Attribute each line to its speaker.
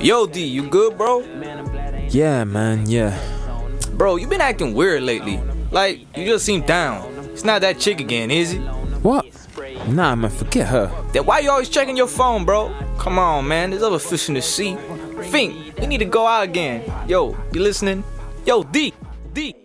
Speaker 1: Yo, D, you good, bro?
Speaker 2: Yeah, man, yeah.
Speaker 1: Bro, you been acting weird lately. Like, you just seem down. It's not that chick again, is it?
Speaker 2: What? Nah, man, forget her.
Speaker 1: Then why you always checking your phone, bro? Come on, man. There's other fish in the sea. Think, we need to go out again. Yo, you listening? Yo, D, D.